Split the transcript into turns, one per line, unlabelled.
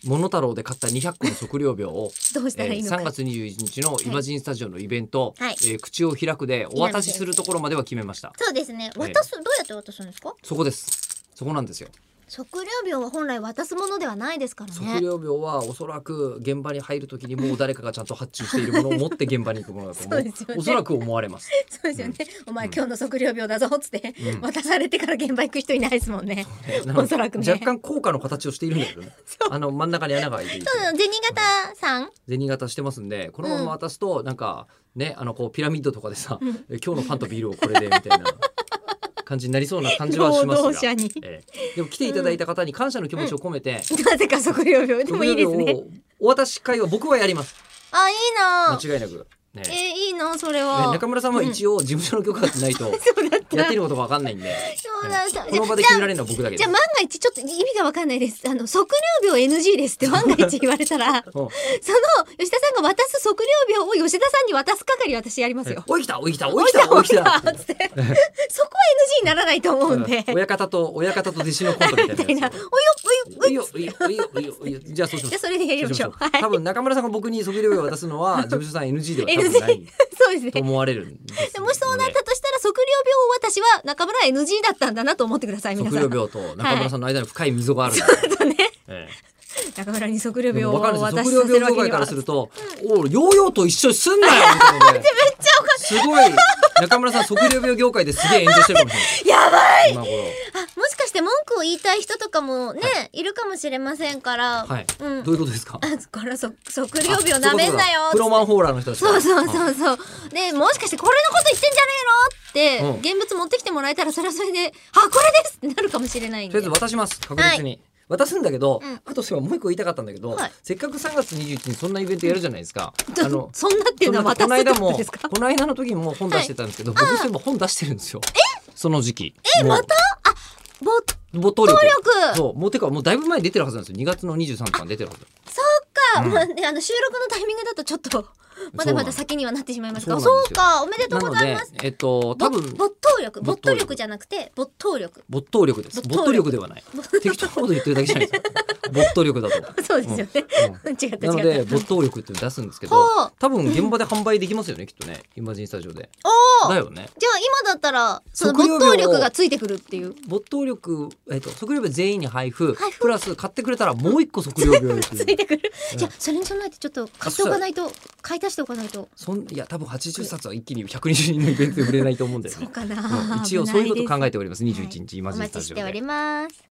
「モノタロウ」で買った200個の測量秒を
どうしたらいいのか、
3月21日のイマジンスタジオのイベント「
はい
えー口を開く」でお渡しするところまでは決めました
そうですね
ええ
渡す、どうやって渡すんですか
そこですそこなんですよ
測量秒は本来渡すものではないですから
測
ね
量秒はおそらく現場に入るときにもう誰かがちゃんと発注しているものを持って現場に行くものだと思う
そうですよね
おそらく思われます
そうですよね、お前今日の測量秒だぞっつって、
うん
渡されてから現場行く人いないですもんね
ねなので
おそらくね
若干効果の形をしているんだけど ねあの真ん中に穴が開いていて
そう銭形さん
銭形してますんでこのまま渡すとなんかねあのこうピラミッドとかでさ、
うん
え今日のパンとビールをこれでみたいな感じになりそうな感じはし
労
ます
働
が、
者に
ええでも来ていただいた方に感謝の気持ちを込めて、
なぜか測量秒でもいいです
お料
ね
理をお渡し会は僕はやります
あいいな
間違いなく、ね
えーいいなそれ
ね
は
中村さんは一応事務所の許可がないと
そうだった
やってることが分かんないんで、
そうだった
この場で決められるのは僕だけで
じゃ
す
あ万が一ちょっと意味がわかんないです。あの測量秒 NG ですって万が一言われ たら、 そ
うん
の吉田さんが渡す測量秒を吉田さんに渡す係私やりますよ。
おい来たおい来たおい来たおい来た
おい来たおい来たっつってそこは NG にならないと思うんで。
親方と親方と弟子のコントみ
み
た
た
い
い
なや
な。
つ
およおよお
おい
よ。
よおいよおいよおいよおいよじゃあそうしま
じ
しょ
ゃあ
う
それでやりましょう。はい。
多分中村さんが僕に測量を渡すの は事務所さん NG では多
NG
分ない
そうです
と
ね。
思われるんです
もしそうなったとしたら測量秒を私は中村は NG だったんだなと思ってください皆
測
さ
量
ん。
病と中村さんの間に深い溝があるんで
とね
え
中村に測量
えで
秒
も
を
分かるん
渡
です
しさ
よ
せ
測
る
量病
わけ
業界
に
か
は
らすると「おいヨーヨーと一緒にすんなよ」みたい なねすごい中村さん測量病業界ですげえ炎上してるかもしれない
やばい
今頃
あもしかして文句を言いたい人とかもね、い、るかもしれませんから、
はい
うん
どういうことですか
あこれそ測量秒なめんなよ
プロマンホーラーの人たち
そうそう
う
そうそうでもしかしてこれのこと言ってんじゃねえのって、現物持ってきてもらえたらそれはそれで「あこれです!」ってなるかもしれないん
とり
で
あえず渡します確実に、渡すんだけど、
うん
あとそういえばもう一個言いたかったんだけど、
はい
せっかく3月21日にそんなイベントやるじゃないですか、あの
そんなっていうのは
そ
渡
ん
す
な
ってこ
この間
と
も
ですか
この間の時も本出してたんですけど、僕そういえば本出してるんですよその時期え
また没
没頭力
頭力そ
そうもうてかもうだいぶ前に出てるはずなんですよ2月の23日に出てるはず
っか、
うん
まあねあの収録のタイミングだとちょっとまだまだ先にはなってしまいますがそう
そうなんですよ
かおめでとう
な
ご
の
ざい
で
ます
えっと多
ぼ
分
没頭力没
没頭
頭
力
力じゃなくて没頭力
没頭力です
没
没
頭
頭
力
力ではない適当なこと言ってるだけじゃないですか 没頭力だ と
そうですよね。 違った違った。
なので没頭力っていうの出すんですけど
ほう
多分現場で販売できますよねきっとねイマジンスタジオで
おー
だよね
じゃあ今だったらその没
測量量
頭
を
力がついてくるっていう。
没頭力、えっと測量秒全員に配布
配布
プラス買ってくれたらもう一個測量秒って
つ
い
いうてくる。
うん
じゃあそれに備えてちょっと買っておかないと買い足しておかないと。
そんいや多分80冊は一気に120人のイベントで売れないと思うんだよ
そう
ね
か
う。
なん
一応そういうこと
え
考えております
はい
21日イ
お
マジンス
待
タ
ちし
ジオ
ており
で
ます。